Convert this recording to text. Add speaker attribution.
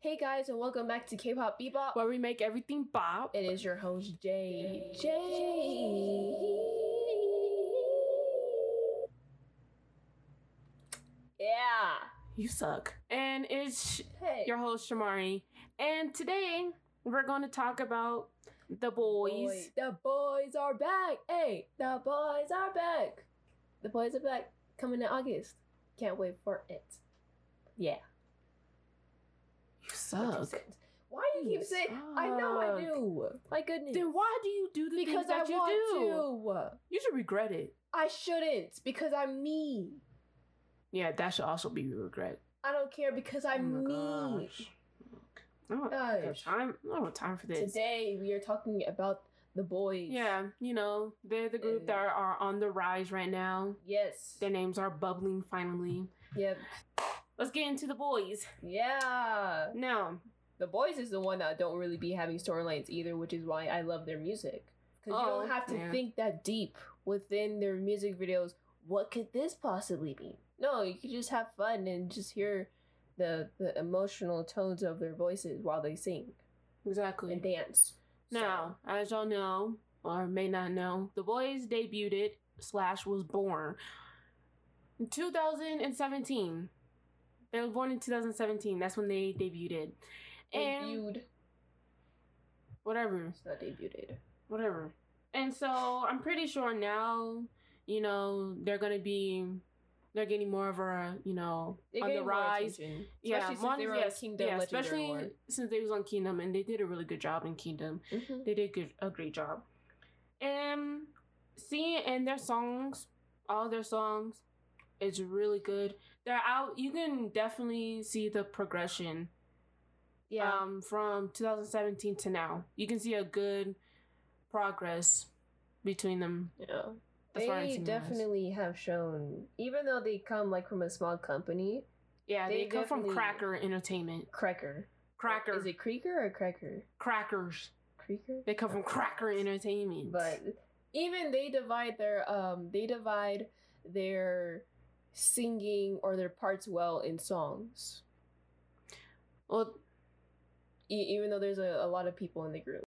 Speaker 1: Hey guys, and welcome back to K-pop Bebop.
Speaker 2: where we make everything bop.
Speaker 1: It is your host Jay. Jay. Yeah.
Speaker 2: You suck. And it's
Speaker 1: Hey.
Speaker 2: your host Shamari. And today we're going to talk about the boys.
Speaker 1: Boy, the boys are back. Hey, the boys are back. The boys are back. Coming in August. Can't wait for it. Yeah.
Speaker 2: You
Speaker 1: Two
Speaker 2: suck.
Speaker 1: cents. Why do you keep
Speaker 2: You
Speaker 1: saying? I know I do. My goodness.
Speaker 2: Then why do you do the
Speaker 1: Because
Speaker 2: things
Speaker 1: I
Speaker 2: that you do?
Speaker 1: want to.
Speaker 2: You should regret it.
Speaker 1: I shouldn't because I'm me.
Speaker 2: Yeah, that should also be regret.
Speaker 1: I don't care because I'm
Speaker 2: oh my
Speaker 1: me.
Speaker 2: gosh. I don't have
Speaker 1: Gosh.
Speaker 2: time. I don't have time for this.
Speaker 1: Today we are talking about the boys.
Speaker 2: Yeah, you know, they're the group
Speaker 1: And-
Speaker 2: that are, are on the rise right now.
Speaker 1: Yes.
Speaker 2: Their names are bubbling finally.
Speaker 1: Yep.
Speaker 2: Let's get into the boys.
Speaker 1: Yeah.
Speaker 2: Now,
Speaker 1: The boys is the one that don't really be having storylines either, which is why I love their music. Because you
Speaker 2: Oh,
Speaker 1: don't have to
Speaker 2: yeah.
Speaker 1: think that deep within their music videos. What could this possibly be? No, you could just have fun and just hear the the emotional tones of their voices while they sing
Speaker 2: exactly.
Speaker 1: and dance.
Speaker 2: Now, as y'all know, or may not know, the boys debuted slash was born in 2017. They were born in 2017. That's when they debuted.
Speaker 1: so,
Speaker 2: And
Speaker 1: debuted.
Speaker 2: whatever,
Speaker 1: It's not debuted.
Speaker 2: whatever. And so I'm pretty sure now, you know, they're gonna be, they're getting more of a, you know,
Speaker 1: They're
Speaker 2: on the
Speaker 1: getting more
Speaker 2: rise.
Speaker 1: attention, Especially
Speaker 2: Yeah,
Speaker 1: since
Speaker 2: mon-
Speaker 1: they were on
Speaker 2: yes,
Speaker 1: Kingdom
Speaker 2: yeah,
Speaker 1: Legendary
Speaker 2: especially
Speaker 1: War.
Speaker 2: since they was on Kingdom, and they did a really good job in Kingdom.
Speaker 1: Mhm.
Speaker 2: they did good, a great job. And seeing and their songs, all their songs, is really good. They're out. You can definitely see the progression.
Speaker 1: Yeah.
Speaker 2: Um, from 2017 to now, you can see a good progress between them.
Speaker 1: yeah.
Speaker 2: As far as
Speaker 1: They
Speaker 2: singing
Speaker 1: definitely have shown, even though they come like from a small company,
Speaker 2: Yeah,
Speaker 1: they
Speaker 2: they, come from
Speaker 1: definitely-
Speaker 2: Cracker Entertainment.
Speaker 1: Cracker.
Speaker 2: Cracker.
Speaker 1: Is it Krieger or Cracker?
Speaker 2: Crackers.
Speaker 1: Krieger.
Speaker 2: They come from Cracker Entertainment.
Speaker 1: But even they divide their um they divide their singing or their parts well in songs.
Speaker 2: well,
Speaker 1: E- even though there's a, a lot of people in the group.